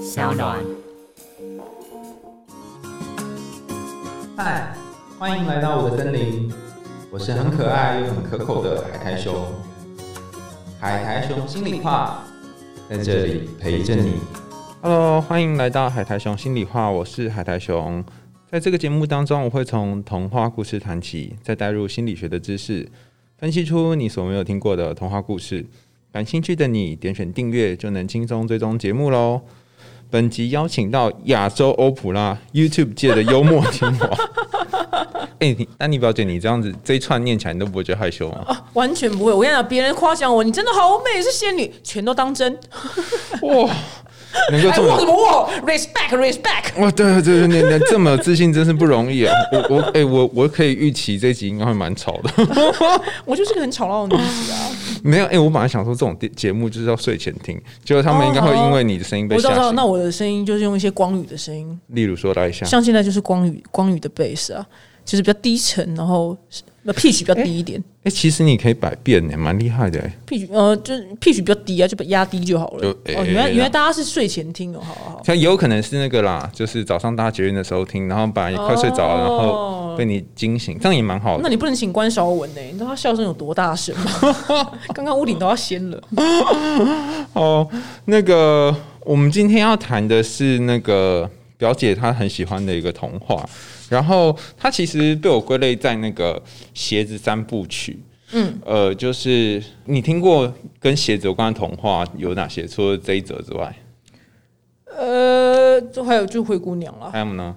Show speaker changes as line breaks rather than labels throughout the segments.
小暖，
嗨，欢迎来到我的森林，我是很可爱又很可口的海苔熊。海苔熊心里话，在这里陪着你。Hello，欢迎来到海苔熊心里话，我是海苔熊。在这个节目当中，我会从童话故事谈起，再带入心理学的知识，分析出你所没有听过的童话故事。感兴趣的你，点选订阅就能轻松追踪节目喽。本集邀请到亚洲欧普拉 YouTube 界的幽默天王。哎、你丹尼表姐，你这样子这一串念起来，你都不会觉得害羞吗？
啊，完全不会。我跟你讲，别人夸奖我，你真的好美，是仙女，全都当真。
哇，能够
哦哎，
这么
我什么我？respect respect。
哇，对对对，你你这么有自信，真是不容易啊！我我哎、我我可以预期这集应该会蛮吵的。
我就是个很吵闹的女子啊。
没有哎、我本来想说这种电节目就是要睡前听，结果他们应该会因为你的声音被
哦我
吓
知道，知道。
醒。
那我的声音就是用一些光语的声音，
例如说来一下，
像现在就是光语光语的 bass 啊，就是比较低沉，然后那 pitch 比较低一点。
哎、其实你可以百变呢、蛮厉害的、欸。
pitch 呃，就是 pitch 比较低啊，就把压低就好了
就。哎
哦，原来
哎
原来大家是睡前听哦，好好好。
像也有可能是那个啦，就是早上搭捷运的时候听，然后把你快睡着了，然后
哦
被你惊醒，这样也蛮好
那
的。
你不能请关韶文呢、你知道他笑声有多大声吗？ 刚刚屋顶都要掀了。
哦，那个我们今天要谈的是那个表姐她很喜欢的一个童话，然后它其实被我归类在那个鞋子三部曲。
嗯，
呃，就是你听过跟鞋子有关的童话有哪些？除了这一则之外，
呃，就还有就是灰姑娘了，
还有呢？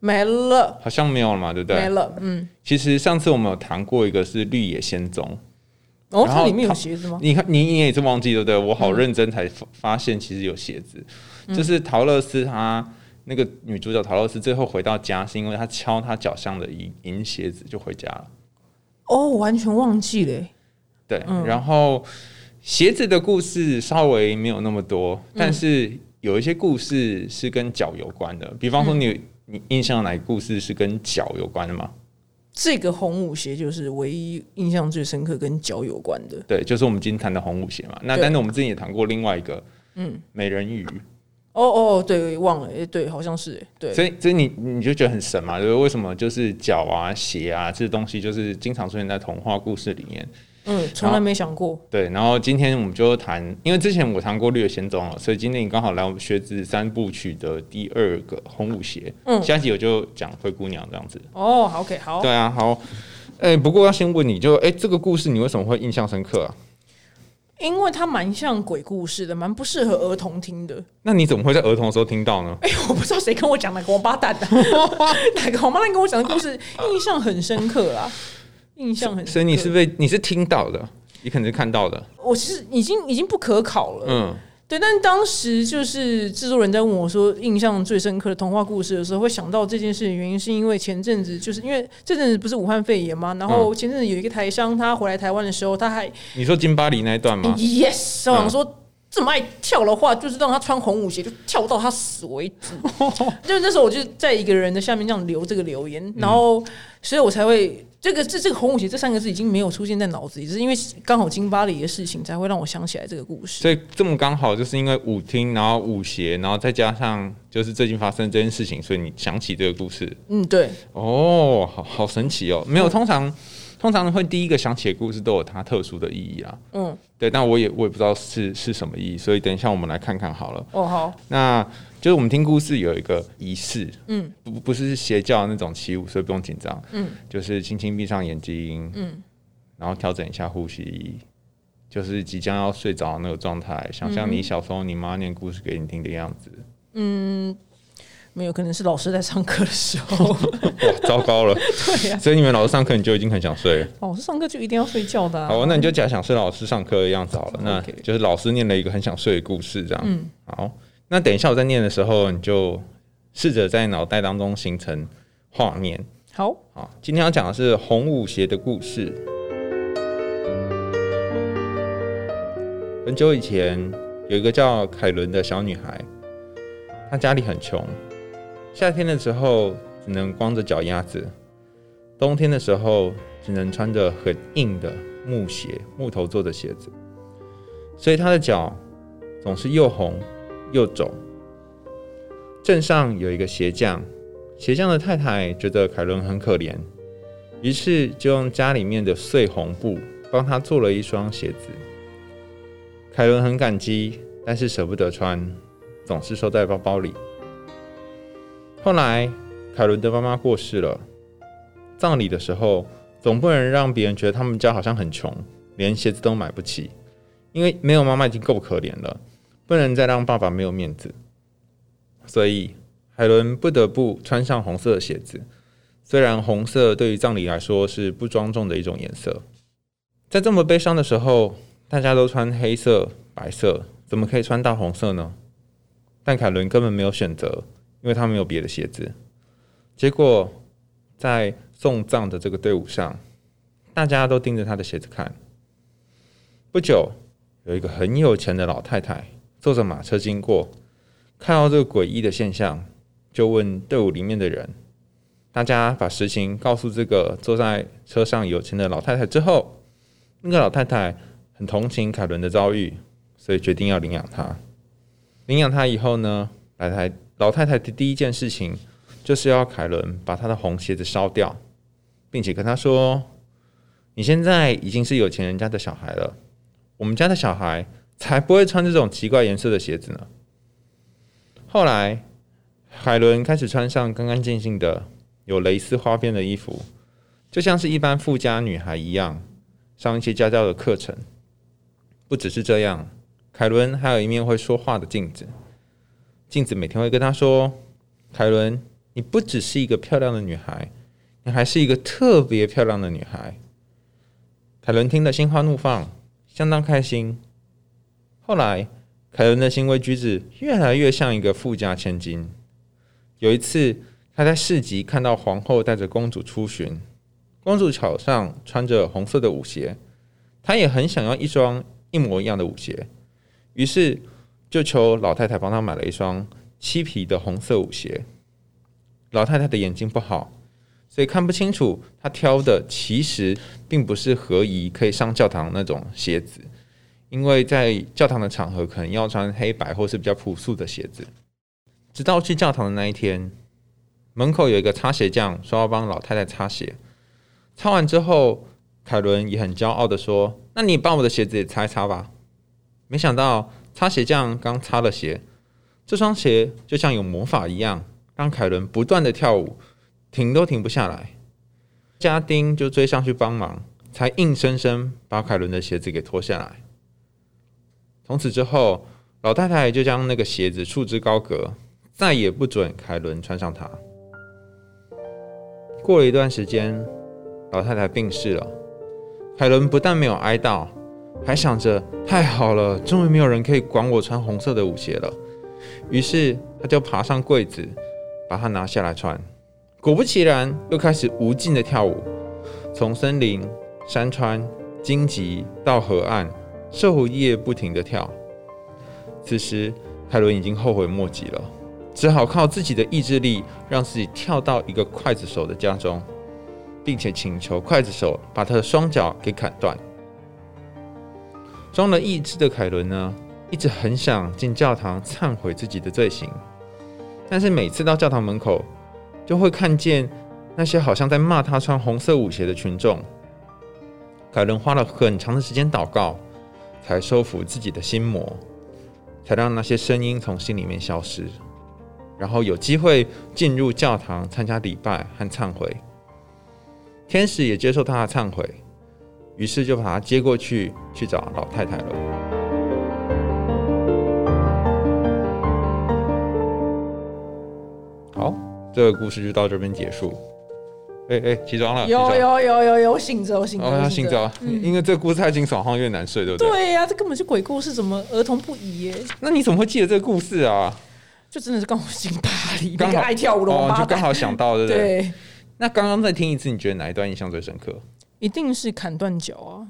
没了，
好像没有了嘛，对不
没
对？
了，嗯。
其实上次我们有谈过一个是《绿野仙踪》，
哦，
然后
它里面
它
有鞋子吗？
你看，你你也是忘记对不对？我好认真才发发现，其实有鞋子，就是陶乐斯她那个女主角陶乐斯最后回到家，是因为她敲她脚上的银银鞋子就回家了。
哦，我完全忘记了欸。
对，然后鞋子的故事稍微没有那么多，但是有一些故事是跟脚有关的，比方说你有你印象哪个故事是跟脚有关的吗？
这个红舞鞋就是唯一印象最深刻跟脚有关的。
对，就是我们今天谈的红舞鞋嘛。那
对
但是我们之前也谈过另外一个，嗯，美人鱼。
哦哦，对，忘了，哎，对，好像是，哎，对，
所以，所以你你就觉得很神嘛？就是为什么就是脚啊、鞋啊这东西，就是经常出现在童话故事里面。
嗯，从来没想过。
对，然后今天我们就谈，因为之前我谈过《绿野仙踪》了，哦所以今天你刚好来我们学子三部曲的第二个《红舞鞋》。
嗯
下一集我就讲灰姑娘这样子。
哦好，OK，好。
对啊，好。哎、不过要先问你就，哎、这个故事你为什么会印象深刻啊？
因为它蛮像鬼故事的，蛮不适合儿童听的。
那你怎么会在儿童的时候听到呢？
哎，我不知道谁跟我讲哪个王八蛋 的、哪个王八蛋跟我讲的故事，印象很深刻啦，印象很深刻。
所以你是被你是听到的，你可能是看到的。
我其实已经已经不可考了。
嗯，
对，但当时就是制作人在问我说印象最深刻的童话故事的时候，会想到这件事情，原因是因为前阵子就是因为这阵子不是武汉肺炎嘛，然后前阵子有一个台商他回来台湾的时候，他还、
你说金巴黎那一段吗？
yes，我想说。这么爱跳的话，就是让他穿红舞鞋，就跳到他死为止。就是那时候，我就在一个人的下面这样留这个留言，然后，所以我才会这个这这个红舞鞋这三个字已经没有出现在脑子里，只是因为刚好金巴黎的事情才会让我想起来这个故事。
所以这么刚好，就是因为舞厅，然后舞鞋，然后再加上就是最近发生这件事情，所以你想起这个故事
嗯，对，
哦，好好神奇哦。没有，通常通常会第一个想起的故事都有它特殊的意义啊。
嗯，
对，但我也我也不知道是是什么意义，所以等一下我们来看看好了。
哦，好，
那就是我们听故事有一个仪式，
嗯，
不不是邪教那种起舞，所以不用紧张，
嗯，
就是轻轻闭上眼睛，嗯，然后调整一下呼吸，就是即将要睡着的那个状态，想
嗯
象你小时候你妈念故事给你听的样子，
没有，可能是老师在上课的时 候。
哇，糟糕了，
对啊呀、
所以你们老师上课你就已经很想睡了，
老哦师上课就一定要睡觉的、啊。
好，那你就假想是老师上课的样子好了，那
OK
就是老师念了一个很想睡的故事这样，嗯，好，那等一下我在念的时候，你就试着在脑袋当中形成画面。
好，
好，啊今天要讲的是红舞鞋的故事。很久以前，有一个叫凯伦的小女孩，她家里很穷，夏天的时候只能光着脚丫子，冬天的时候只能穿着很硬的木鞋，木头做的鞋子，所以她的脚总是又红右走。镇上有一个鞋匠，鞋匠的太太觉得凯伦很可怜，于是就用家里面的碎红布帮他做了一双鞋子。凯伦很感激，但是舍不得穿，总是收在包包里。后来，凯伦的妈妈过世了，葬礼的时候，总不能让别人觉得他们家好像很穷，连鞋子都买不起，因为没有妈妈已经够可怜了，不能再让爸爸没有面子。所以，海伦不得不穿上红色的鞋子。虽然红色对于葬礼来说是不庄重的一种颜色，在这么悲伤的时候，大家都穿黑色、白色，怎么可以穿大红色呢？但凯伦根本没有选择，因为他没有别的鞋子。结果，在送葬的这个队伍上，大家都盯着他的鞋子看。不久，有一个很有钱的老太太坐着马车经过。看到这个诡异的现象，就问队伍里面的人，大家把实情告诉这个坐在车上有钱的老太太之后，那个老太太很同情凯伦的遭遇，所以决定要领养他。领养他以后呢，老太老太太的第一件事情就是要凯伦把他的红鞋子烧掉，并且跟他说：“你现在已经是有钱人家的小孩了，我们家的小孩才不会穿这种奇怪颜色的鞋子呢。”后来，海伦开始穿上干干净净的、有蕾丝花边的衣服，就像是一般富家女孩一样，上一些家教的课程。不只是这样，凯伦还有一面会说话的镜子。镜子每天会跟她说：“凯伦，你不只是一个漂亮的女孩，你还是一个特别漂亮的女孩。”凯伦听得心花怒放，相当开心。后来。凯伦的行为举止越来越像一个富家千金。有一次，他在市集看到皇后带着公主出巡，公主脚上穿着红色的舞鞋，他也很想要一双一模一样的舞鞋，于是就求老太太帮他买了一双漆皮的红色舞鞋。老太太的眼睛不好，所以看不清楚，她挑的其实并不是合宜可以上教堂那种鞋子。因为在教堂的场合，可能要穿黑白或是比较朴素的鞋子。直到去教堂的那一天，门口有一个擦鞋匠说要帮老太太擦鞋。擦完之后，凯伦也很骄傲的说：“那你帮我的鞋子也擦一擦吧。”没想到擦鞋匠刚擦了鞋，这双鞋就像有魔法一样，让凯伦不断的跳舞，停都停不下来。家丁就追上去帮忙，才硬生生把凯伦的鞋子给脱下来。从此之后，老太太就将那个鞋子束之高阁，再也不准凯伦穿上它。过了一段时间，老太太病逝了。凯伦不但没有哀悼，还想着太好了，终于没有人可以管我穿红色的舞鞋了。于是他就爬上柜子，把它拿下来穿。果不其然，又开始无尽的跳舞，从森林、山川、荆棘到河岸。昼夜不停的跳。此时，凯伦已经后悔莫及了，只好靠自己的意志力让自己跳到一个刽子手的家中，并且请求刽子手把他的双脚给砍断。装了意志的凯伦呢，一直很想进教堂忏悔自己的罪行，但是每次到教堂门口，就会看见那些好像在骂他穿红色舞鞋的群众。凯伦花了很长的时间祷告。才收服自己的心魔，才让那些声音从心里面消失，然后有机会进入教堂参加礼拜和忏悔。天使也接受他的忏悔，于是就把他接过去去找老太太了。好，这个故事就到这边结束。哎、欸、哎、欸，起床了！
有有有有有，醒着，我醒着，
哦，要醒着，因为这故事太惊悚，好像有点难睡，对不对？
嗯对呀、啊，这根本就鬼故事，怎么儿童不宜耶？
那你怎么会记得这个故事啊？
就真的是刚好醒巴黎，
刚
好爱跳舞的王
哦，就刚好想到，对不对？
对，
那刚刚再听一次，你觉得哪一段印象最深刻？
一定是砍断脚啊！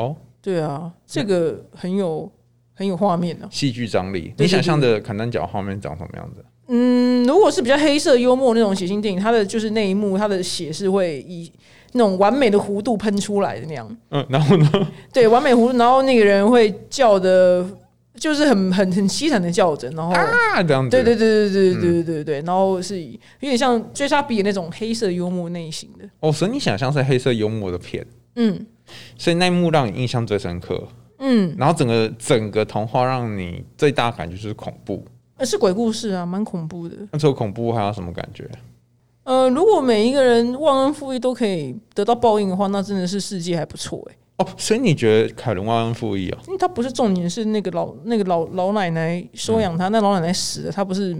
哦，
对啊，这个很有很有画面呢、啊，
戏剧张力。
对
你想象的砍单脚画面长什么样子？
嗯，如果是比较黑色幽默那种血腥电影，它的就是那一幕，它的血是会以那种完美的弧度喷出来的那样。
嗯，然后呢？
对，完美弧度，然后那个人会叫的就是很很很凄惨的叫着，然后。
啊这样子，
对嗯对对对对对对对对，然后是以有点像追杀比尔那种黑色幽默类型的，
哦，所以你想象是黑色幽默的片，
嗯
所以那一幕让你印象最深刻，
嗯，
然后整个整个童话让你最大感觉就是恐怖。
呃是鬼故事啊，蛮恐怖的。
那除了恐怖还有什么感觉？
呃，如果每一个人忘恩负义都可以得到报应的话，那真的是世界还不错哎、
哦，所以你觉得凯伦忘恩负义哦？
因为他不是重点，是那个老那个老老奶奶收养他，那老奶奶死了，他不是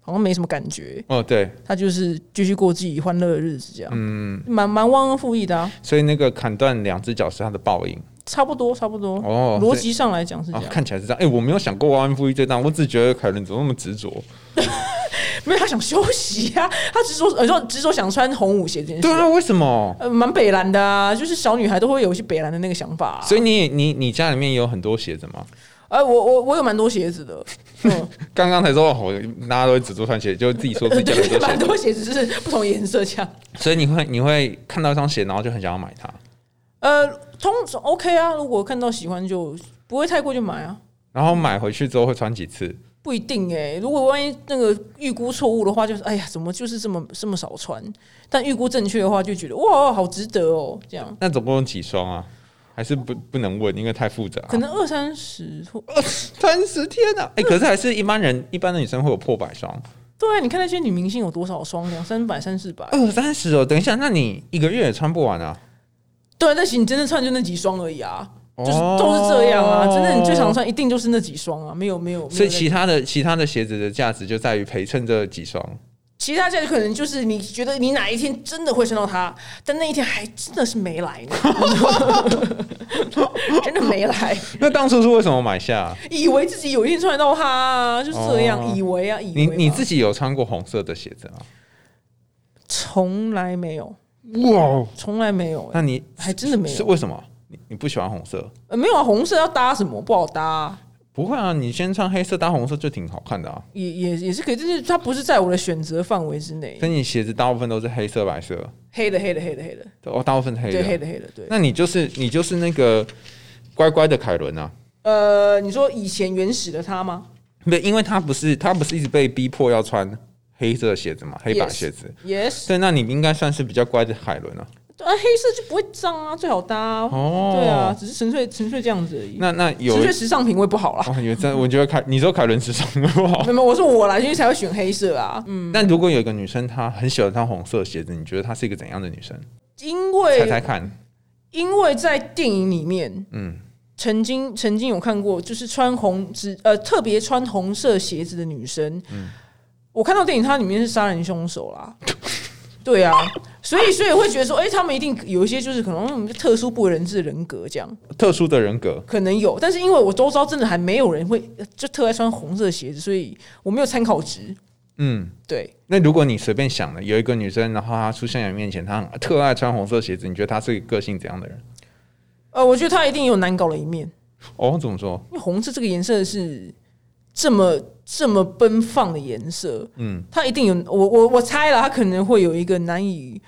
好像没什么感觉，
哦，对，
他就是继续过自己欢乐的日子这样，
嗯，
蛮蛮忘恩负义的啊，
所以那个砍断两只脚是他的报应
差不多差不多，
哦，
逻
所以
辑上来讲是这
啊，
样，
看起来是这样。哎、我没有想过忘恩负义这档，我只觉得凯伦怎么那么执着？
没有他想休息啊， 他执着呃说执着想穿红舞鞋这件事
对
啊、
啊，为什么？
呃，蛮北蓝的啊，就是小女孩都会有一些北蓝的那个想法啊、
所以你你你家里面有很多鞋子吗？
哎、我我我有蛮多鞋 子的，嗯，
刚刚才说哦，大家都会只做穿鞋，就自己说自己家里有
对，
很多
蛮
鞋，
多鞋子就是不同颜色这样。
所以你会你会看到一双鞋，然后就很想要买它，
呃，通常 OK 啊，如果看到喜欢就不会太贵就买啊，
然后买回去之后会穿几次？
不一定哎、如果万一那个预估错误的话，就是哎呀，怎么就是这么这么少穿？但预估正确的话，就觉得哇，好值得哦，这样
那总共有几双啊？还是不不能问，因为太复杂。
可能二三十或
三十天啊！ 哎、可是还是一般人一般的女生会有破百双，
对啊，你看那些女明星有多少双，两三百、三四百，
二三十哦。等一下，那你一个月也穿不完啊？
对啊，但是你真的穿就那几双而已啊。就是
哦
都是这样啊，真的，你最常穿一定就是那几双啊，没有没有。没有
所以
那
其他的其他的鞋子的价值就在于陪衬这几双。
其他价值可能就是你觉得你哪一天真的会穿到它，但那一天还真的是没 来呢，真的没来，
那当初是为什么买下？
以为自己有一天穿得到它、啊，就是这样，
哦
以为啊，以
你
为吧
你自己有穿过红色的鞋子吗？
从来没有，
哇，
从来没有、欸
那你
还真的没
是
有、
为什么？你你不喜欢红色？
呃没有啊，红色要搭什么不好搭啊、
不会啊，你先穿黑色搭红色就挺好看的啊。
也也也是可以，但是它不是在我的选择范围之内
所。以你鞋子大部分都是黑色、白色，
黑的黑的黑的黑的，
对哦，大部分黑
对
的。
黑的黑的对。
那你就是你就是那个乖乖的凯伦啊。
呃，你说以前原始的它吗
对，因为他不是他不是一直被逼迫要穿黑色的鞋子嘛，黑白鞋子。
？Yes，
对，那你应该算是比较乖的海伦了、
啊，黑色就不会脏啊，最好搭啊、
哦
对啊，只是纯粹纯粹这样子而已。
那那有
纯粹时尚品味不好啦。
哦，有真，我觉得凯，你说凯伦时尚不好
没。有，没有我说我啦，因为才会选黑色啊。嗯，
那如果有一个女生她很喜欢穿红色鞋子，你觉得她是一个怎样的女生？
因
猜
为
猜看。
因为在电影里面
嗯，
曾经曾经有看过，就是穿红只呃特别穿红色鞋子的女生。我看到电影它里面是杀人凶手啦。 对啊，所以所以会觉得说，哎、他们一定有一些就是可能嗯特殊不为人知的人格这样。
特殊的人格。
可能有，但是因为我周遭真的还没有人会呃就特爱穿红色鞋子，所以我没有参考值。
嗯，
对，
那如果你随便想了，有一个女生，然后她出现在你面前，她很特爱穿红色鞋子，你觉得她是一个个性怎样的人？
呃，我觉得他一定有难搞的一面，
哦，怎么说？
因为红色这个颜色是这么这么奔放的颜色，
嗯，
它一定有我我我猜了，它可能会有一个难以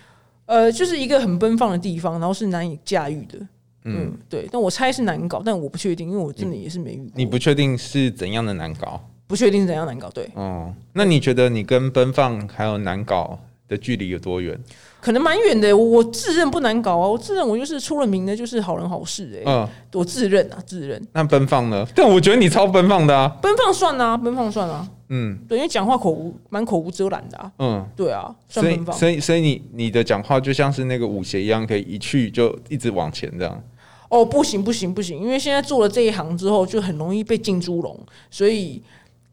呃，就是一个很奔放的地方，然后是难以驾驭的。嗯对，但我猜是难搞，但我不确定，因为我真的也是没遇过，
你不确定是怎样的难搞。
不确定是怎样难搞。对，
哦，那你觉得你跟奔放还有难搞的距离有多远？
可能蛮远的，我我自认不难搞啊，我自认我就是出了名的，就是好人好事哎、
嗯，
我自认啊，自认。
那奔放呢？但我觉得你超奔放的啊。
奔放算啊，奔放算啊，
嗯
对，因为讲话口无蛮口无遮拦的啊，
嗯，
对啊，
所
算奔
以
放。
所以所以你你的讲话就像是那个舞鞋一样，可以一去就一直往前这样。
哦，不行不行不行，因为现在做了这一行之后，就很容易被进猪笼，所以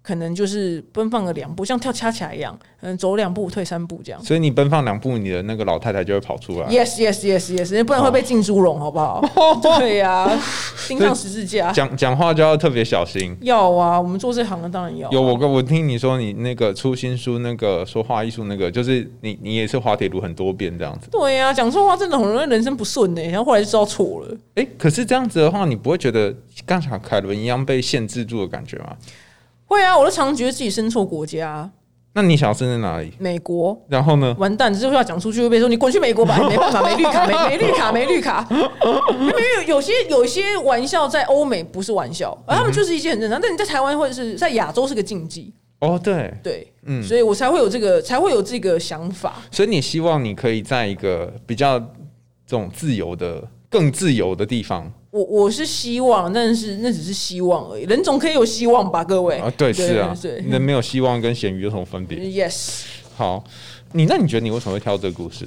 可能就是奔放个两步，像跳恰恰一样，嗯，走两步退三步这样。
所以你奔放两步，你的那个老太太就会跑出来。
Yes yes yes yes，不然会被进猪笼，好不好？ 对呀、 钉上十字架
哦讲讲话就要特别小心。
要啊，我们做这行的当然要啊、
有我跟我听你说，你那个出新书那个说话艺术那个，就是你你也是滑铁卢很多遍这样子。
对呀、讲错话真的很容易人生不顺呢、然后后来就知道错了。
哎、可是这样子的话，你不会觉得刚才凯伦一样被限制住的感觉吗？
会啊，我都常觉得自己生错国家啊、
那你小时候在哪里？
美国
然后呢？
完蛋，这句话讲出去会被说你滚去美国 吧，没办法，没绿卡，没没绿卡，没绿卡。因为有有些有些玩笑在欧美不是玩
嗯
笑，而他们就是一件很正常。但你在台湾或者是在亚洲是个禁忌，
哦，对，
对，
嗯
所以我才会有这个才会有这个想法。
所以你希望你可以在一个比较这种自由的、更自由的地方
我我是希望，但是那只是希望而已，人总可以有希望吧，各位。
啊？对，是啊
对，嗯
那没有希望跟咸鱼有什么分
对
别？
，yes，
好，你那你觉得你为什么会挑这个故事？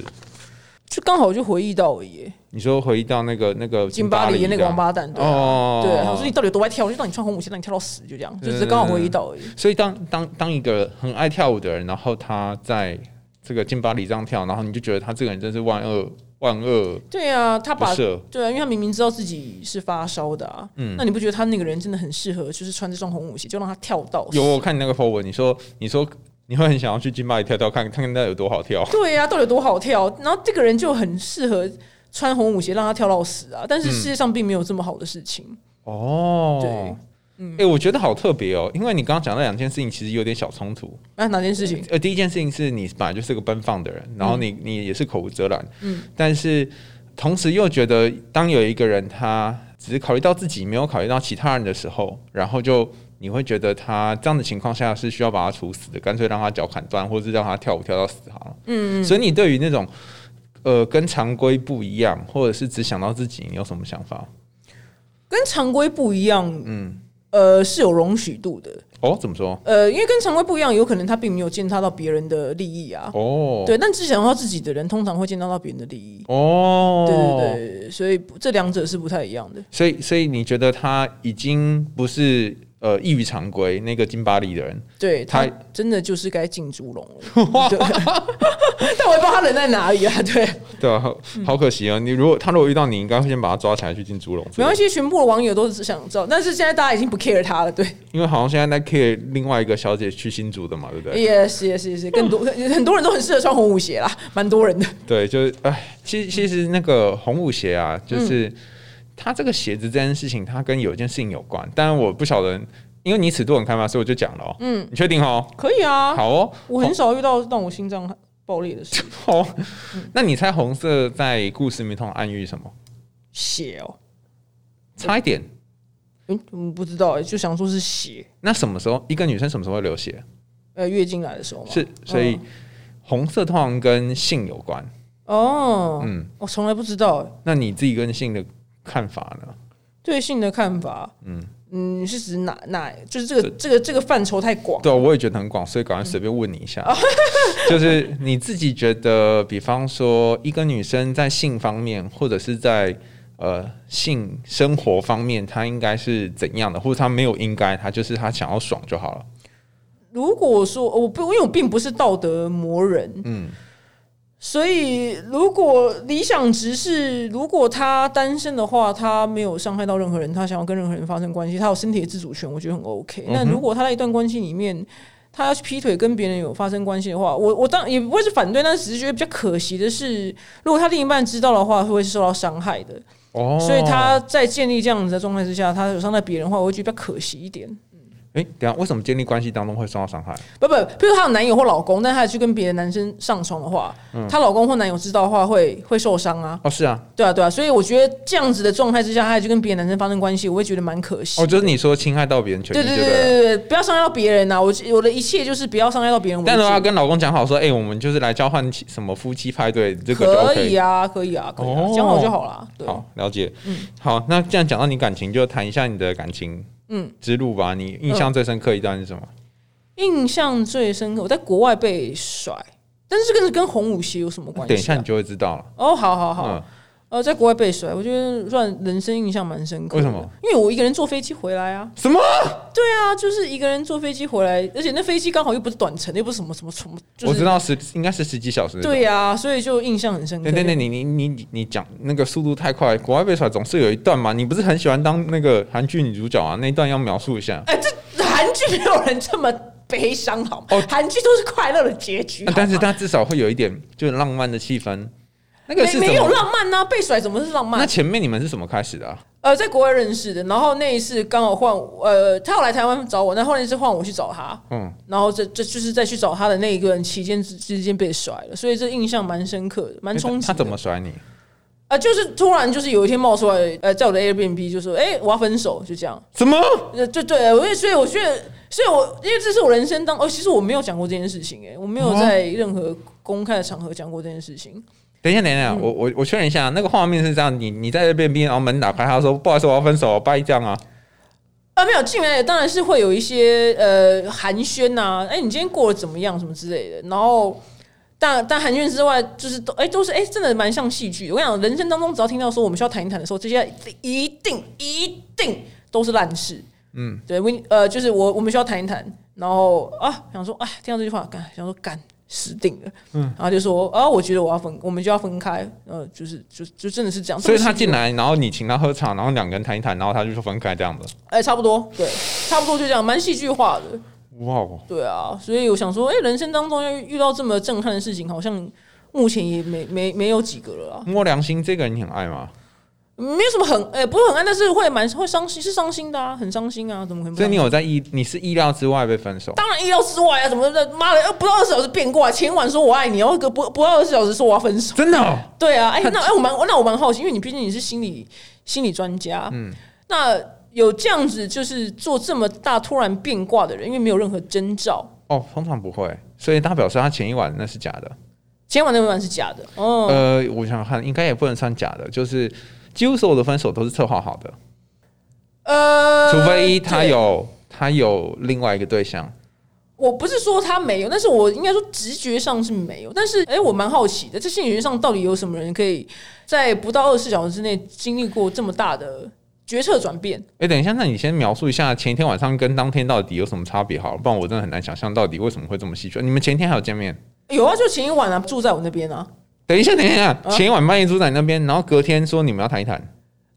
就刚好就回忆到而已。
你说回到那个那个
金
巴
巴
黎
黎
的
那个王八蛋，对啊
哦，
对啊，他说你到底有多爱跳？我就让你穿红舞鞋，让你跳到死，就这样，就只是刚好回忆到而已。
所以当当当一个很爱跳舞的人，然后他在这个金巴黎这样跳，然后你就觉得他这个人真是万恶万恶
对啊，他
不
把
赦。
对啊，因为他明明知道自己是发烧的啊，
嗯
那你不觉得他那个人真的很适合，就是穿这双红舞鞋，就让他跳到死
有哦我看你那个 po 文，你说你说你会很想要去金巴黎跳跳看，看看那有多好跳。
对啊呀、到底有多好跳？然后这个人就很适合穿红舞鞋让他跳到死啊！但
嗯
是世界上并没有这么好的事情。
哦
对，嗯
哎、我觉得好特别哦，因为你刚刚讲那两件事情其实有点小冲突。
那、啊哪件事情？
呃，第一件事情是你本来就是个奔放的人，然后
嗯
你、你也是口无遮拦，嗯，但是同时又觉得，当有一个人他只是考虑到自己，没有考虑到其他人的时候，然后就你会觉得他这样的情况下是需要把他处死的，干脆让他脚砍断，或是让他跳舞跳到死好了。嗯，所以你对于那种呃跟常规不一样，或者是只想到自己，你有什么想法？
跟常规不一样，嗯，呃，是有容许度的。
哦，怎么说？
呃，因为跟常规不一样，有可能他并没有践踏到别人的利益啊。
哦，
对，但只想到自己的人，通常会践踏到别人的利益。
哦，
对对对，所以不这两者是不太一样的。
所以，所以你觉得他已经不是呃异于常规那个金巴黎的人？
对他
他
真的就是该进猪笼了， 对但我也不知道他人在哪里啊。对，
对啊，好好可惜啊！你如果他如果遇到你，应该会先把他抓起来去进猪笼，
没关系，全部的网友都是想知道，但是现在大家已经不 care 他了。对
因为好像现在在 care 另外一个小姐去新竹的嘛，对不对？
，yes yes yes，更多 很多人都很适合穿红舞鞋啦，蛮多人的。
对，就是哎，其实其实那个红舞鞋啊，就是、它这个鞋子这件事情，它跟有一件事情有关，但我不晓得，因为你尺度很开嘛，所以我就讲了哦。嗯，你确定哦？
可以啊，
好哦，
我很少遇到让我心脏爆裂的事。
好哦。那你猜红色在故事里面通常暗喻什么？
血哦，
差一点。
嗯，嗯不知道、欸，就想说是血。
那什么时候一个女生什么时候会流血？
呃，月经来的时候嘛。
是，所
嗯
以红色通常跟性有关。
哦，
嗯，
我从来不知道、欸、
那你自己跟性的看法呢？
对性的看法。嗯嗯，是指哪哪？就是这个这个这个范畴太广。
对，啊我也觉得很广，所以赶快随便问你一下，
哦
就是你自己觉得，比方说一个女生在性方面，或者是在呃性生活方面，她应该是怎样的，或者她没有应该，她就是她想要爽就好了。
如果说我不，因为我并不是道德魔人，嗯，所以如果理想值是，如果他单身的话，他没有伤害到任何人，他想要跟任何人发生关系，他有身体的自主权，我觉得很 OK。那、如果他在一段关系里面，他要去劈腿跟别人有发生关系的话，我我当也不会是反对，但是只是觉得比较可惜的是，如果他另一半知道的话，会不会是受到伤害的？
哦，
所以他在建立这样子的状态之下，他有伤害别人的话，我会觉得比较可惜一点。
哎、等一下为什么建立关系当中会受到伤害？
不不，譬如她有男友或老公，但她去跟别的男生上床的话，
嗯
她、老公或男友知道的话会会受伤啊，
哦，是啊，
对啊对啊，所以我觉得这样子的状态之下，她还去跟别的男生发生关系，我会觉得蛮可惜。
哦，就是你说侵害到别人权
对
益就
对
对
对
了。
对对，不要伤害到别人呐、啊我我的一切就是不要伤害到别人为主。
但是要跟老公讲好说，哎、我们就是来交换妻什么夫妻派对，这个就
可
OK。
以啊，嗯可以啊，可以啊
哦，
讲、好就好啦。对，
好，了解。好，那既然讲到你感情，就谈一下你的感情
嗯
之路吧。你印象最深刻一段是什么？
印象最深刻，我在国外被甩，但是这个跟红舞鞋有什么关系、啊？
等一下你就会知道了。
哦，好好好，
嗯，
呃，在国外被甩，我觉得算人生印象蛮深刻的。
为什么？
因为我一个人坐飞机回来啊。
什么？
对啊，就是一个人坐飞机回来，而且那飞机刚好又不是短程，又不是什么什么什么，就
我
是、
知道十应该是十几小时那种。
对呀、所以就印象很深刻。
等等等，你你你你你讲那个速度太快，国外被甩总是有一段嘛？你不是很喜欢当那个韩剧女主角啊？那一段要描述一下。
哎、这韩剧没有人这么悲伤好吗？韩剧都是快乐的结局
哦啊
好吗
但是它至少会有一点就是浪漫的气氛。那个是
没
怎
没有
么？
浪漫呐、被甩怎么是浪
那
漫？
前面你们是怎么开始的啊？
呃，在国外认识的，然后那一次刚好换我呃，他要来台湾找我，那后来是换我去找他，
嗯，
然后这这就是在去找他的那一个人期间之之间被甩了，所以这印象蛮深刻的，蛮冲击
他
的。
怎么甩你？
啊、就是突然就是有一天冒出来，呃，在我的 Airbnb 就说，哎、我要分手，就这样。
怎么？
呃，就对，我也所以我觉得，所以我因为这是我人生当，哦，其实我没有讲过这件事情、哎，我没有
哦
在任何公开的场合讲过这件事情。
等一下，等一下，
嗯
我我我确认一下，那个画面是这样，你你在这边边，然后门打开，他说不好意思，我要分手，拜这样啊。
啊，没有进来，当然是会有一些呃寒暄呐、哎、你今天过得怎么样，什么之类的。然后，但但寒暄之外，就是都哎、都是哎、真的蛮像戏剧。我跟你讲，人生当中只要听到说我们需要谈一谈的时候，这些一定一定都是烂事。嗯，对，我呃，就是我我们需要谈一谈，然后啊，想说哎，听到这句话，干想说干死定了，嗯，然后就说啊，我觉得我要分，我们就要分开，呃，就是就就真的是这样。
所以
这么
他
戏剧
进来，然后你请他喝茶，然后两个人谈一谈，然后他就说分开这样子。
哎、差不多，对，差不多就这样，蛮戏剧化的。
哇哦，
对啊，所以我想说，哎、人生当中要遇到这么震撼的事情，好像目前也没没没有几个了啊，
摸良心，这个人你很爱吗？
没有什么很哎、不是很暗，但是会蛮会伤心，是伤心的啊，很伤心啊，怎么可能不
所以
伤
你
心？
有在意，你是意料之外被分手。
当然意料之外啊，怎么的？妈的，不到二十小时变卦，前晚说我爱你，然后隔不不到二十小时说我要分 手。
真的、哦？
对啊，哎、那哎、我蛮那我蛮好奇，因为你毕竟你是心理心理专家，嗯，那有这样子就是做这么大突然变卦的人，因为没有任何征兆，
哦，通常不会，所以他表示他前一晚那是假的。
前晚那晚是假的，哦、
呃，我想想看，应该也不能算假的，就是几乎所有的分手都是策划好的，
呃，
除非他
对
有他有另外一个对象。
我不是说他没有，但是我应该说直觉上是没有。但是，哎、我蛮好奇的，这心理学上到底有什么人可以在不到二十四小时之内经历过这么大的决策转变？
哎、等一下，那你先描述一下前一天晚上跟当天到底有什么差别好了，不然我真的很难想象到底为什么会这么戏剧。你们前一天还有见面？
有啊，就前一晚啊，住在我那边啊。
等一下，等一下，前一晚半夜住在你那边，然后隔天说你们要谈一谈，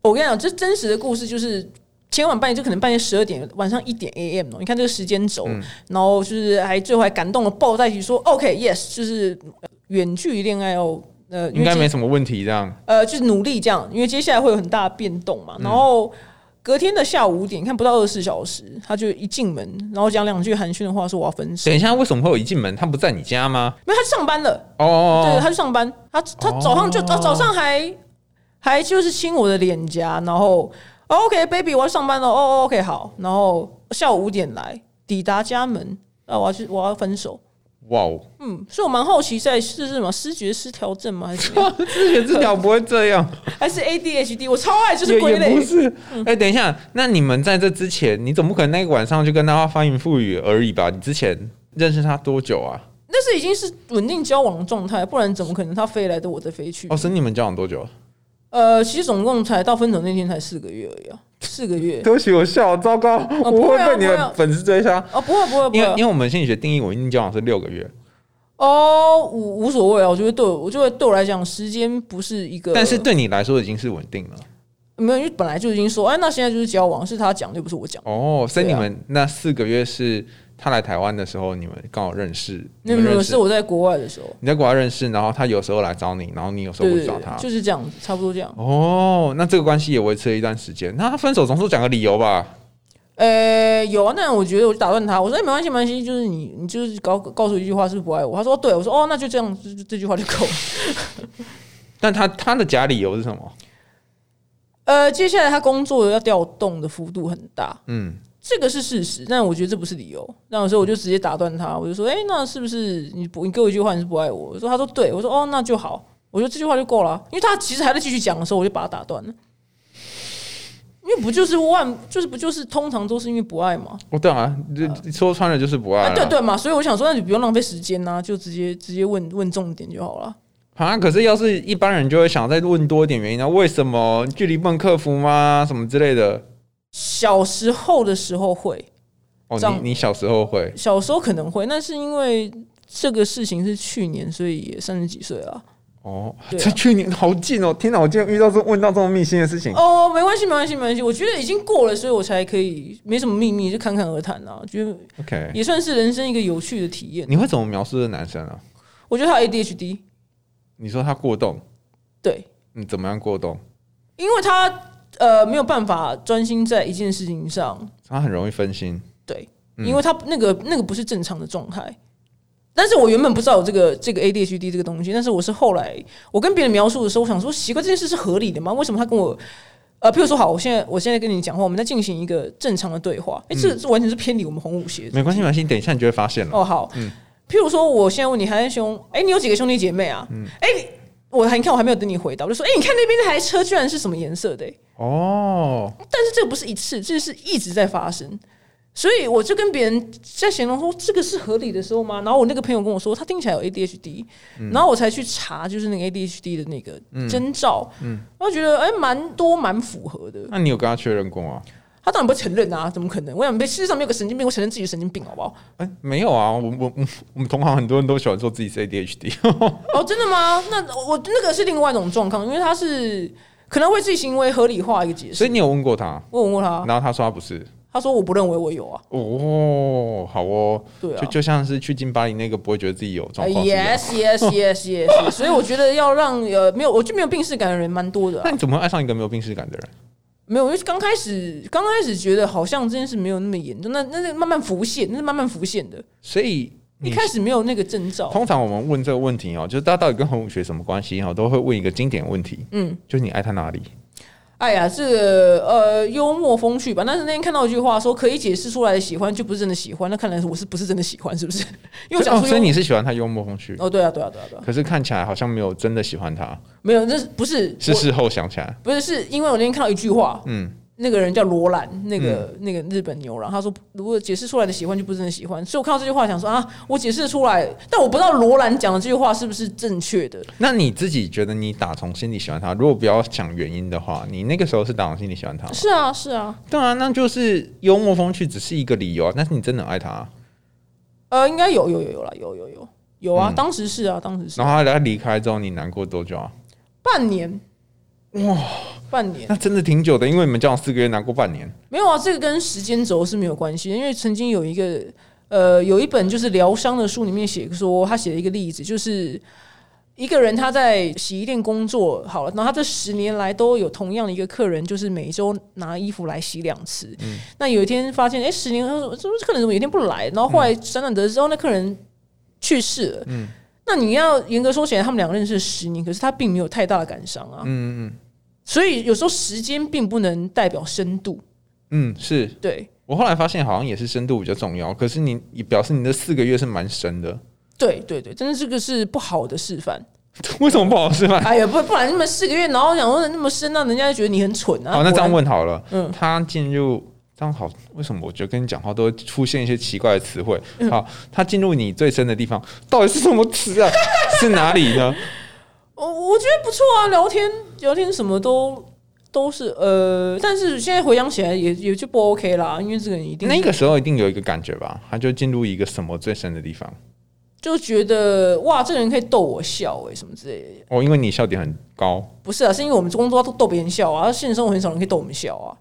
我跟你讲，这真实的故事就是。前晚半夜就可能半夜十二点，晚上一点 AM 哦。你看这个时间轴，
嗯
然后就是还最后还感动的抱在一起说 OK yes，就是呃远距离恋爱哦。呃，因为
应该
这
没什么问题这样。
呃，就是努力这样，因为接下来会有很大的变动
嗯
嘛。然后隔天的下午五点，你看不到二十四小时，他就一进门，然后讲两句寒暄的话，说我要分手
等。一下，为什么会有一进门他不在你家吗？
没有，他去上班了，
哦哦，
对，
哦
他去上班，他他
哦
早上就他早上还还就是亲我的脸颊，然后、哦、OK，baby，我要上班了，哦哦，OK，好，然后下午五点来抵达家门，啊，我要去我要分手。
哇哦，
嗯，所以我蛮好奇，在是什么视觉失调症吗？还是怎么 样
自己治疗不会这样，
还是 ADHD？我超爱 就是
也
归
也
类嗯
不，是。哎、等一下，那你们在这之前，你总不可能那个晚上就跟他翻云覆雨而已吧？你之前认识他多久啊？
那是已经是稳定交往的状态，不然怎么可能他飞来的我再飞去？
哦，是你们交往多久？
呃，其实总共才到分手那天才四个月而 已、啊，四个月。
对不起，我笑，糟糕，
不
我
会
会
啊
被你
不会啊
的粉丝追杀。
哦，不会不会不
因为因
会，
为我们心理学定义稳定交往是六个月，
哦，无无所谓啊，我觉得对我，我觉得对我来讲，时间不是一个，
但是对你来说已经是稳定
啊
了。
没有，因为本来就已经说，哎，那现在就是交往，是他讲的，又不是我讲。
哦，所以
对
你
啊
们那四个月是他来台湾的时候，你们刚好认识，你
没有
们
没有，
认
是
识，
我在国外的时候，
你在国外认识，然后他有时候来找你，然后你有时候
对
会
对
找
对
他，。
就是这样子，差不多这样。
哦，那这个关系也维持了一段时间。那他分手总是讲个理由吧？
呃，有啊，那我觉得我就打断他，我说、哎，没关系没关系，就是你你就是告告诉我一句话，是不是不爱我？他说对，我说哦，那就这样，这这句话就够了。
但他他的假理由是什么？
呃，接下来他工作要调动的幅度很大，
嗯，
这个是事实，但我觉得这不是理由。那有时候我就直接打断他，我就说：“哎、那是不是你不你给我一句话，你是不爱我？”我说：“他说对。”我说：“哦，那就好。”我觉得这句话就够了啊，因为他其实还在继续讲的时候，我就把他打断了。因为不就是万，就是不就是通常都是因为不爱嘛，
哦对啊，这说穿了就是不爱
呃啊
了。
对对嘛，所以我想说，那你不用浪费时间呐、啊就直接直接问问重点就好了。
啊，可是要是一般人就会想再问多一点原因，那为什么距离不能克服吗？什么之类的。
小时候的时候会，
哦，
这样
你你小时候会
小时候可能会，那是因为这个事情是去年，所以也三十几岁了。
哦，
对啊
这去年好近哦！天哪，我竟然遇到这问到这么密心的事情。
哦，没关系，没关系，没关系。我觉得已经过了，所以我才可以没什么秘密，就侃侃而谈啊。觉得
OK，
也算是人生一个有趣的体验。
你会怎么描述这男生啊？
我觉得他有 ADHD，
你说他过动，
对，
你怎么样过动？
因为他呃没有办法专心在一件事情上，
他很容易分心。
对，因为他那个那个不是正常的状态。但是我原本不知道有这个这个 ADHD 这个东西，但是我是后来我跟别人描述的时候，我想说奇怪，这件事是合理的吗？为什么他跟我呃，譬如说好，我现在我现在跟你讲话，我们在进行一个正常的对话，哎、这这完全是偏离我们红舞鞋。
没关系，没关系，你等一下你就会发现了。
哦，好，譬如说我现在问你韩兄，哎、你有几个兄弟姐妹啊？哎、你我还你看我还没有等你回答，我就说，哎、你看那边那台车居然是什么颜色的、哎
哦，
但是这个不是一次，这是一直在发生。所以我就跟别人在形容说这个是合理的时候吗？然后我那个朋友跟我说他听起来有 ADHD，、然
嗯
后我才去查就是那个 ADHD 的那个征兆，
嗯
我就觉得哎蛮、多蛮符合的。
那你有跟他确认过吗？
他当然不承认啊，怎么可能？我想被世界上没有个神经病会承认自己神经病，好不好？
哎、没有啊，我我 我我们同行很多人都喜欢说自己是 ADHD，
哦，真的吗？那我那个是另外一种状况，因为他是可能会自己行为合理化一个解
所
释
以。你有问过他，
我有问过他，
然后他说他不是。
他说我不认为我有啊。
哦，好哦，
对啊哎
就就像是去金巴黎那个不会觉得自己有状况是一样。
Yes, yes, yes, yes。所以我觉得要让呃没有我就没有病视感的人蛮多的、
那
啊，
你怎么会爱上一个没有病耻感的人？
没有，因为刚开始刚开始觉得好像这件事没有那么严重，那那是慢慢浮现，那是慢慢浮现的。
所以
一
你
开始没有那个征兆，
通常我们问这个问题哦，就是他到底跟红武学什么关系哦，都会问一个经典问题，嗯，就是你爱他哪里？
哎呀，这个呃幽默风趣吧。但是那天看到一句话说，可以解释出来的喜欢就不是真的喜欢，那看来我是不是真的喜欢，是不 是？因为我想
哦，
说
所
幽
以
默、
你是喜欢他幽默风趣，
哦，对啊，对啊，对啊，对啊，
可是看起来好像没有真的喜欢他，
没有，那是不是
是
我
事后想起来，
不是，是因为我那天看到一句话，
嗯
嗯，那个人叫罗兰，那个、那个日本牛郎，他说如果解释出来的喜欢就不是真的喜欢，所以我看到这句话想说啊，我解释得出来，但我不知道罗兰讲的这句话是不是正确的。
那你自己觉得你打从心里喜欢他？如果不要讲原因的话，你那个时候是打从心里喜欢他吗？
是啊，是啊，
当然，那就是幽默风趣只是一个理由啊，但是你真的很爱他啊，
呃，应该有有有有啦，有有有有啊，当时是啊，当时是
然后他离开之后，你难过多久啊？
半年，哇，半年
那真的挺久的，因为你们交往四个月，难过半年。
没有啊，这个跟时间轴是没有关系的，因为曾经有一个呃，有一本就是疗伤的书里面写说，他写了一个例子，就是一个人他在洗衣店工作好了，然后他这十年来都有同样的一个客人，就是每周拿衣服来洗两次。
嗯
那有一天发现，哎、十年后这客人怎么有一天不来？然后后
嗯
来辗转得知，哦，那客人去世了。那你要严格说起来，他们两个认识了十年，可是他并没有太大的感伤啊。
嗯嗯
所以有时候时间并不能代表深度，
嗯，嗯是
对。
我后来发现好像也是深度比较重要，可是你也表示你的四个月是蛮深的，
对对对，真的这个是不好的示范。
为什么不好示范？
哎呀，不不然那么四个月，然后想说那么深，那人家就觉得你很蠢啊。
哦好，那这样
果
问好了，
嗯
他进入。这样好，为什么我觉得跟你讲话都会出现一些奇怪的词汇？好，他进入你最深的地方，到底是什么词 啊？是哪里 呢？
然，我我觉得不错啊，聊天聊天什么都都是呃，但是现在回想起来也也就不 OK 啦，因为这个人一定
那个时候一定有一个感觉吧，他就进入一个什么最深的地方
就觉得哇，这个人可以逗我笑哎、什么之类的。
哦，因为你笑点很高，
不是啊，是因为我们工作都逗别人笑啊，现实生活很少人可以逗我们笑啊。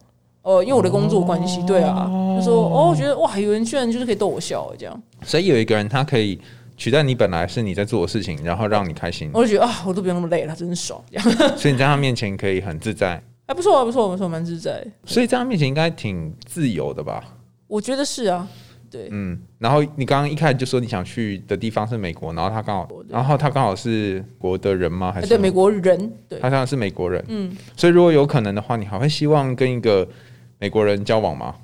哦、因为我的工作关系，对啊，就说哦，我觉得哇，有人居然就是可以逗我笑、欸、这样，
所以有一个人他可以取代你本来是你在做的事情，然后让你开心，
我就觉得啊，我都不用那么累了，真爽这样。
所以你在他面前可以很自在，
还不错啊，不错，不错，蛮自在的。
所以在他面前应该挺自由的吧？
我觉得是啊，对，
嗯，然后你刚刚一开始就说你想去的地方是美国，然后他刚好，然后他刚好是国的人吗？还
哎
是
对，美国人，对
他，当然是美国人，嗯，所以如果有可能的话，你还会希望跟一个美国人交往 吗？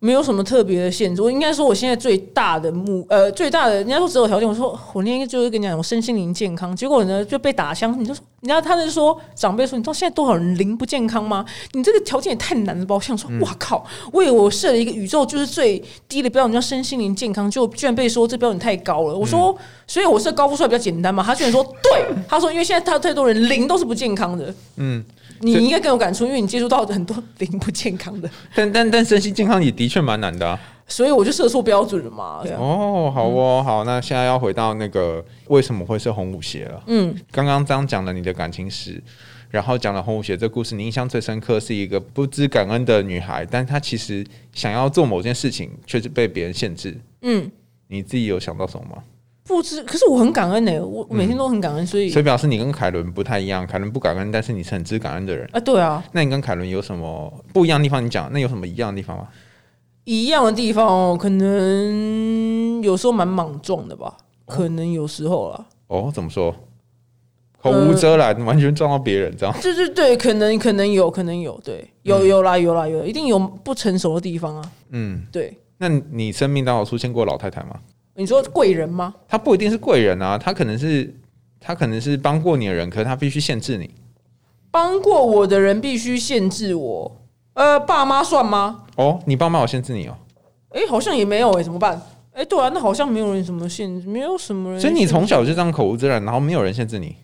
没有什么特别的限制。我应该说，我现在最大的目，呃，最大的，人家说择偶条件，我说我那天就是跟你讲，我身心灵健康，结果呢就被打枪，你就说，人家他就说长辈说，你知道现在多少人灵不健康吗？你这个条件也太难了吧！我想说，哇靠，我以为我设了一个宇宙就是最低的标准叫身心灵健康，就居然被说这标准太高了。我说，所以我设高富帅比较简单嘛？他居然说对， 他说因为现在他太多人灵都是不健康的，
嗯，
你
这
应该更有感触，因为你接触到很多零不健康的，
但但但身心健康也的确蛮难的、啊。
所以我就设错标准了嘛。对啊，
哦，好哦，好，那现在要回到那个为什么会是红舞鞋了？
嗯，
刚刚这样讲了你的感情史，然后讲了红舞鞋这故事，你印象最深刻是一个不知感恩的女孩，但她其实想要做某件事情，却是被别人限制。
嗯，
你自己有想到什么吗？
不知，可是我很感恩呢、我我每天都很感恩，所以
嗯所以表示你跟凯伦不太一样，凯伦不感恩，但是你是很知感恩的人。
啊，对啊，
那你跟凯伦有什么不一样的地方？你讲，那有什么一样的地方吗？
一样的地方哦，可能有时候蛮莽撞的吧，可能有时候啦，
哦，怎么说？口无遮拦，完全撞到别人，这样。
对对对，可能可能有，可能有，对，有有啦有啦有，一定有不成熟的地方啊，
嗯，
对。
那你生命当中有出现过老太太吗？
你说贵人吗？
她不一定是贵人啊，她可能是她可能是帮过你的人，可是她必须限制你。
帮过我的人必须限制我。呃，爸妈算吗？
哦，你爸妈有限制你哦，
诶，好像也没有诶，欸怎么办？诶，对啊，那好像没有人什么限制，没有什么人
所
限
以
制。
你从小就这样口无遮拦，然后没有人限制你。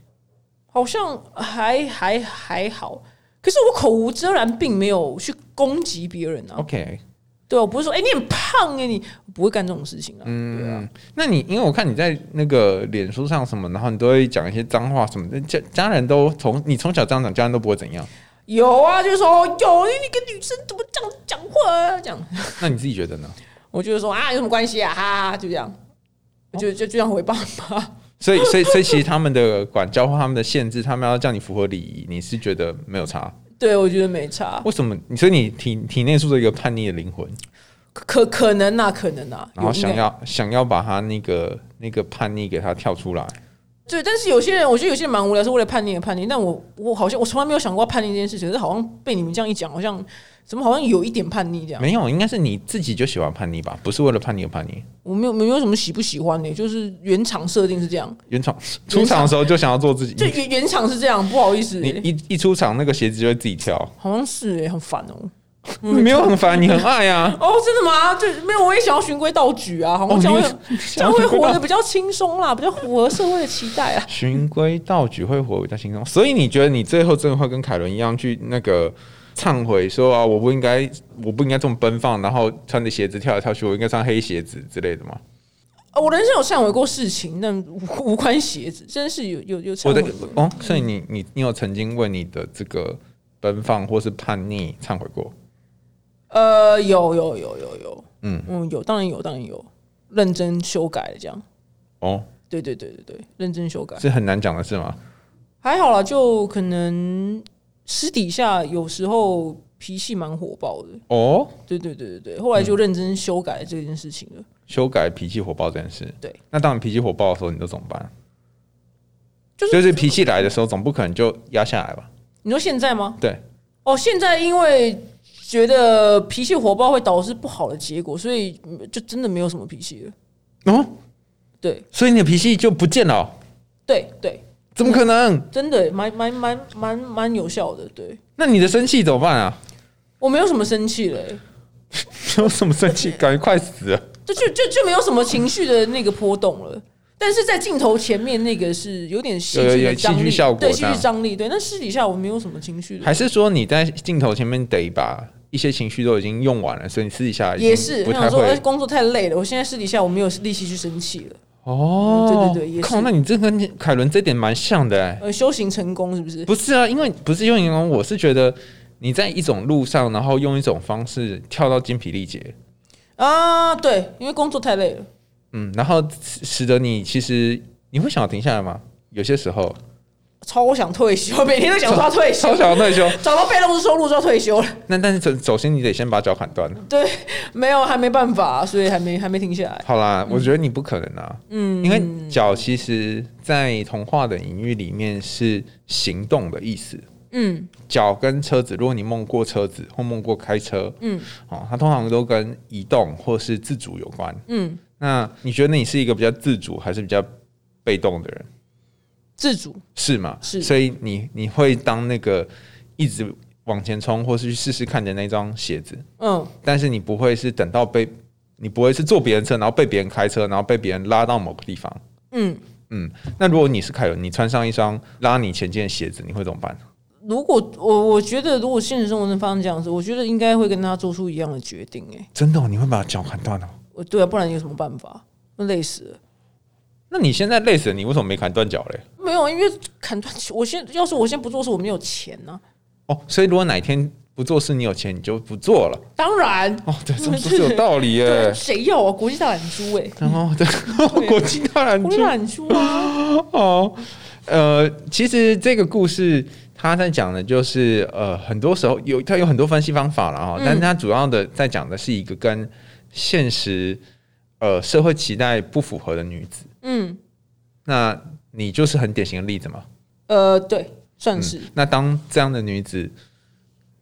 好像还还还好，可是我口无遮拦，并没有去攻击别人啊。
OK，
对啊，我不是说诶，你很胖诶，哎你我不会干这种事情啊。对啊，
嗯，那你因为我看你在那个脸书上什么，然后你都会讲一些脏话什么的，家家人都从你从小这样讲，家人都不会怎样。
有啊，就是说有你跟女生怎么这样讲话啊？这样，
那你自己觉得呢？
我就是说啊，有什么关系啊？哈哈，就这样，就就就这样回爸妈。
所以，所以，所以，其实他们的管教或他们的限制，他们要叫你符合礼仪，你是觉得没有差？
对，我觉得没差。
为什么？你所以你体体内住着一个叛逆的灵魂，
可可能啊，可能啊，
然后
有
哦
应
想
该
要想要把他那个那个叛逆给他跳出来。
啊对，但是有些人，我觉得有些人蛮无聊，是为了叛逆而叛逆。但我我好像我从来没有想过叛逆这件事情，可是好像被你们这样一讲，好像怎么好像有一点叛逆这样。
没有，应该是你自己就喜欢叛逆吧？不是为了叛逆而叛逆。
我没有没有什么喜不喜欢的、就是原厂设定是这样，
原厂出场的时候就想要做自己
就，原原厂是这样，不好意思、
你
欸，
你一一出场那个鞋子就会自己跳，
好像是哎、很烦哦、
没有很烦，你很爱 啊。
哦，真的吗？就没有，我也想要循规蹈矩啊，好
哦
像这样会、
你
这样会活得比较轻松啦，比较符合社会的期待 啊。
循规蹈矩会活比较轻松，所以你觉得你最后真的会跟凯伦一样去那个忏悔，说啊，我不应该，我不应该这么奔放，然后穿着鞋子跳来跳去，我应该穿黑鞋子之类的吗？
啊我人生有忏悔过事情，但无无关鞋子，真是有有有忏
我的
悔过。
哦，所以你你你有曾经为你的这个奔放或是叛逆忏悔过？
呃，有有有有有，
嗯
嗯嗯，有，当然有，当然有，认真修改了这样。
哦，
对对对对对，认真修改
是很难讲的事吗？
还好啦，就可能私底下有时候脾气蛮火爆的。
哦，
对对对对对，后来就认真修改这件事情了。
修改脾气火爆这件事。
对，
那当你脾气火爆的时候，你都怎么办？
就是
就是脾气来的时候，总不可能就压下来吧？
你说现在吗？
对，
哦，现在因为觉得脾气火爆会导致不好的结果，所以嗯就真的没有什么脾气了。
哦，
对
所以你的脾气就不见了哦、
对对，
怎么可能？
真的蛮蛮蛮蛮蛮有效的。对
那你的生气怎么办啊？
我没有什么生气了欸、
有什么生气？感觉快死啊了。
就就就就没有什么情绪的那个波动了。但是在镜头前面那个是有点戏
有有
剧
有
的张
戏剧
力，
效果
对戏
这样
剧张力，对。那私底下我没有什么情绪的，
还是说你在镜头前面得把一些情绪都已经用完了，所以你私底下已经
也是
不
我
太
想说，哎
会
工作太累了，我现在私底下我没有力气去生气了。
哦
嗯对对对也是
靠，那你这跟凯伦这点蛮像的哎、
呃，修行成功是不是？
不是啊，因为不是用英文，我是觉得你在一种路上，然后用一种方式跳到精疲力竭，
啊，对，因为工作太累了。
嗯，然后使使得你其实你会想要停下来吗？有些时候，
超想退休， 每天都想说要退休
超，想要退休。
找到被动式收入就要退休了。
那但是首首先你得先把脚砍断。
对，没有，还没办法，所以还没还没停下来。
好啦，我觉得你不可能啊，嗯，因为脚其实，在童话的隐喻里面是行动的意思。
嗯，
脚跟车子，如果你梦过车子或梦过开车，
嗯，
哦，它通常都跟移动或是自主有关。
嗯，
那你觉得你是一个比较自主还是比较被动的人？
自主
是吗？
是
所以你你会当那个一直往前冲或是去试试看的那双鞋子，
嗯，
但是你不会是等到被你不会是坐别人车，然后被别人开车，然后被别人拉到某个地方。
嗯
嗯，那如果你是凯伦，你穿上一双拉你前进的鞋子，你会怎么办？
嗯如果我我觉得，如果现实生活中发生这样子，我觉得应该会跟他做出一样的决定、欸。哎，
真的、哦，你会把脚砍断哦？
我对啊，不然有什么办法？那累死了。
那你现在累死了，你为什么没砍断脚嘞？
啊没有，因为砍断，我现要是我先不做事，我没有钱呢、啊
哦，所以如果哪一天不做事，你有钱你就不做了。
当然，
哦，对， 这么说是有道理耶
对，。谁要啊？国际大懒猪哎，
然后 对，国际大懒
国际
猪
大懒猪啊，
哦，呃，其实这个故事他在讲的就是，呃，很多时候有他有很多分析方法了哈，
嗯
但是他主要的在讲的是一个跟现实呃社会期待不符合的女子，
嗯，
那你就是很典型的例子嘛。
呃，对，算是
嗯。那当这样的女子，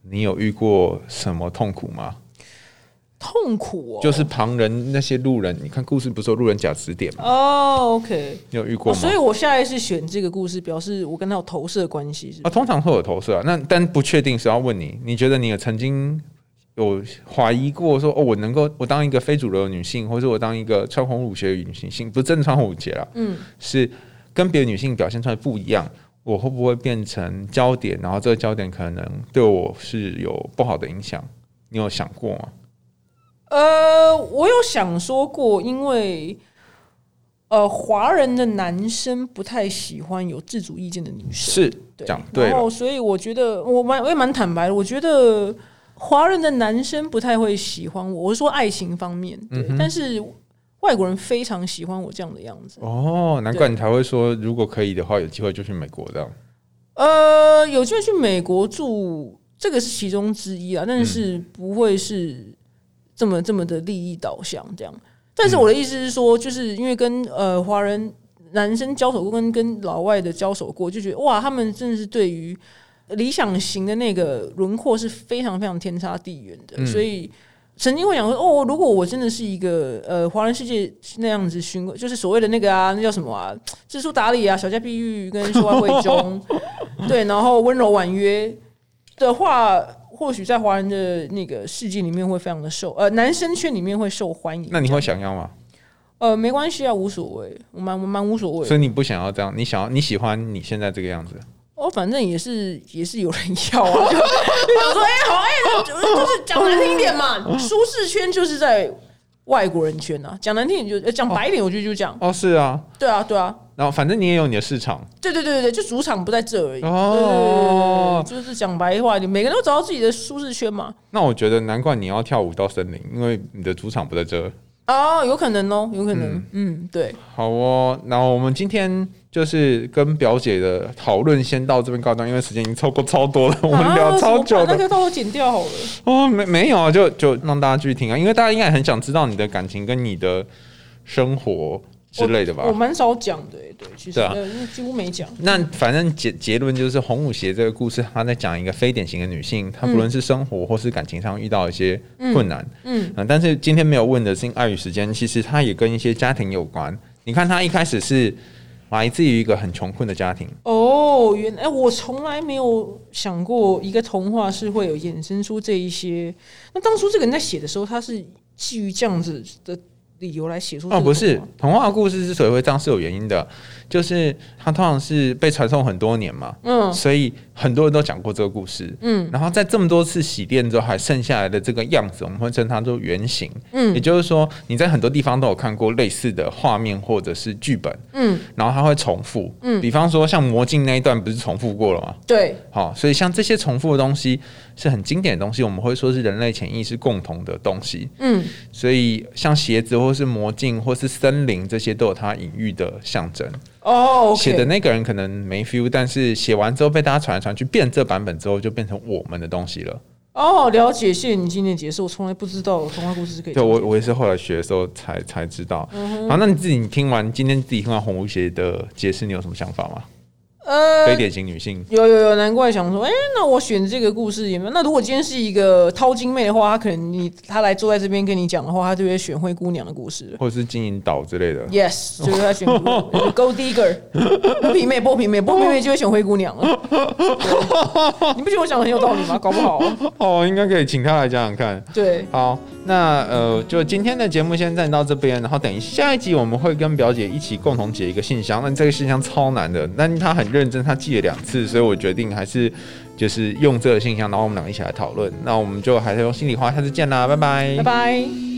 你有遇过什么痛苦吗？
痛苦哦，
就是旁人那些路人，你看故事不是有路人甲指点吗？
哦，OK，
你有遇过
哦
吗？
所以我下一次选这个故事，表示我跟他有投射关系，是
啊，
吧？
通常会有投射啊，那但不确定是要问你，你觉得你有曾经有怀疑过说哦，我能够我当一个非主流的女性，或者我当一个穿红舞鞋的女性性，不是真的穿红舞鞋啦，
嗯，
是跟别的女性表现出来不一样，我会不会变成焦点？然后这个焦点可能对我是有不好的影响，你有想过吗？
呃，我有想说过，因为呃，华人的男生不太喜欢有自主意见的女生，
是
对
讲对
然
了
后，所以我觉得我蛮我也蛮坦白的，我觉得华人的男生不太会喜欢我，我是说爱情方面，对，
嗯
但是外国人非常喜欢我这样的样子。
哦，难怪你才会说，如果可以的话，有机会就去美国这样。
呃，有机会去美国住，这个是其中之一啊，但是
嗯
不会是这么这么的利益导向这样。但是我的意思是说，就是因为跟呃华人男生交手过，跟跟老外的交手过，就觉得哇，他们真的是对于理想型的那个轮廓是非常非常天差地远的，所以。曾经会想说，哦，如果我真的是一个呃华人世界那样子循，就是所谓的那个啊，那叫什么啊，知书达理啊，小家碧玉跟说话会中，对，然后温柔婉约的话，或许在华人的那个世界里面会非常的受，呃，男生圈里面会受欢迎。
那你会想要吗？
呃，没关系啊，无所谓，我蛮我蛮无所谓
所
的。
以你不想要这样，你想要你喜欢你现在这个样子。
哦，反正也是也是有人要啊， 就就想说，哎、好，哎、就是讲难听一点
嗯
嘛，舒适圈就是在外国人圈啊，讲难听一点就呃讲白一点，我觉得就这样。
哦，是啊，
对啊，对啊，
然后反正你也有你的市场
对对对对对，就主场不在这而已。
哦
对，对对对就是讲白话一点，每个人都找到自己的舒适圈嘛。
那我觉得难怪你要跳舞到森林，因为你的主场不在这儿。
哦，有可能哦，有可能，嗯，对，
好哦，那我们今天就是跟表姐的讨论先到这边告一段，因为时间已经超过超多了，我们聊超久
啊怎么办
的。
那个到时候剪掉好了。
哦，没没有啊，就就让大家继续听啊，因为大家应该也很想知道你的感情跟你的生活之类的吧
我。蛮少讲的、对，其实
对啊
呃因为几乎没讲。
那反正结结论就是，红舞鞋这个故事，她在讲一个非典型的女性，她不论是生活或是感情上遇到一些困难，
嗯，
啊，但是今天没有问的是因为碍于时间，其实它也跟一些家庭有关。你看，他一开始是来自于一个很穷困的家庭，
哦，原来、我从来没有想过一个童话是会有衍生出这一些。那当初这个人在写的时候，他是基于这样子的理由来写出这个
哦，不是
童
童
话
话故事之所以会这样是有原因的，就是它通常是被传颂很多年嘛，
嗯
所以很多人都讲过这个故事。
嗯
然后在这么多次洗练之后，还剩下来的这个样子，我们会称它做原型。也
嗯
就是说，你在很多地方都有看过类似的画面或者是剧本，
嗯，
然后它会重复。
嗯
比方说像魔镜那一段不是重复过了吗？
对，
好、所以像这些重复的东西是很经典的东西，我们会说是人类潜意识共同的东西。
嗯
所以像鞋子或是魔镜或是森林，这些都有它隐喻的象征。
哦，
写、的
OK，
那个人可能没 feel，但是写完之后被大家传来传去，变这版本之后就变成我们的东西了。
哦，了解，谢谢你今天的解释，我从来不知道童话故事是可
对
以这样
我
讲
我也是后来学的时候才才知道。好，那你自己你听完今天自己听完红舞鞋的解释，你有什么想法吗？
呃
非典型女性
有有有，难怪想说，哎、那我选这个故事也没有。那如果今天是一个淘金妹的话，她可能你她来坐在这边跟你讲的话，她就会选灰姑娘的故事了。
或者是金银岛之类的。
Yes，就是她选 Gold Digger，剥皮妹，剥皮妹，剥皮妹就会选灰姑娘了。对你不觉得我讲的很有道理吗？搞不好，
哦，应该可以请她来讲讲看。
对，
好，那呃，就今天的节目先暂停到这边，然后等一下一集我们会跟表姐一起共同解一个信箱。那这个信箱超难的，但她很认真，她记了两次，所以我决定还是就是用这个信箱，然后我们俩一起来讨论。那我们就还是用心里话，下次见啦，拜拜
拜拜。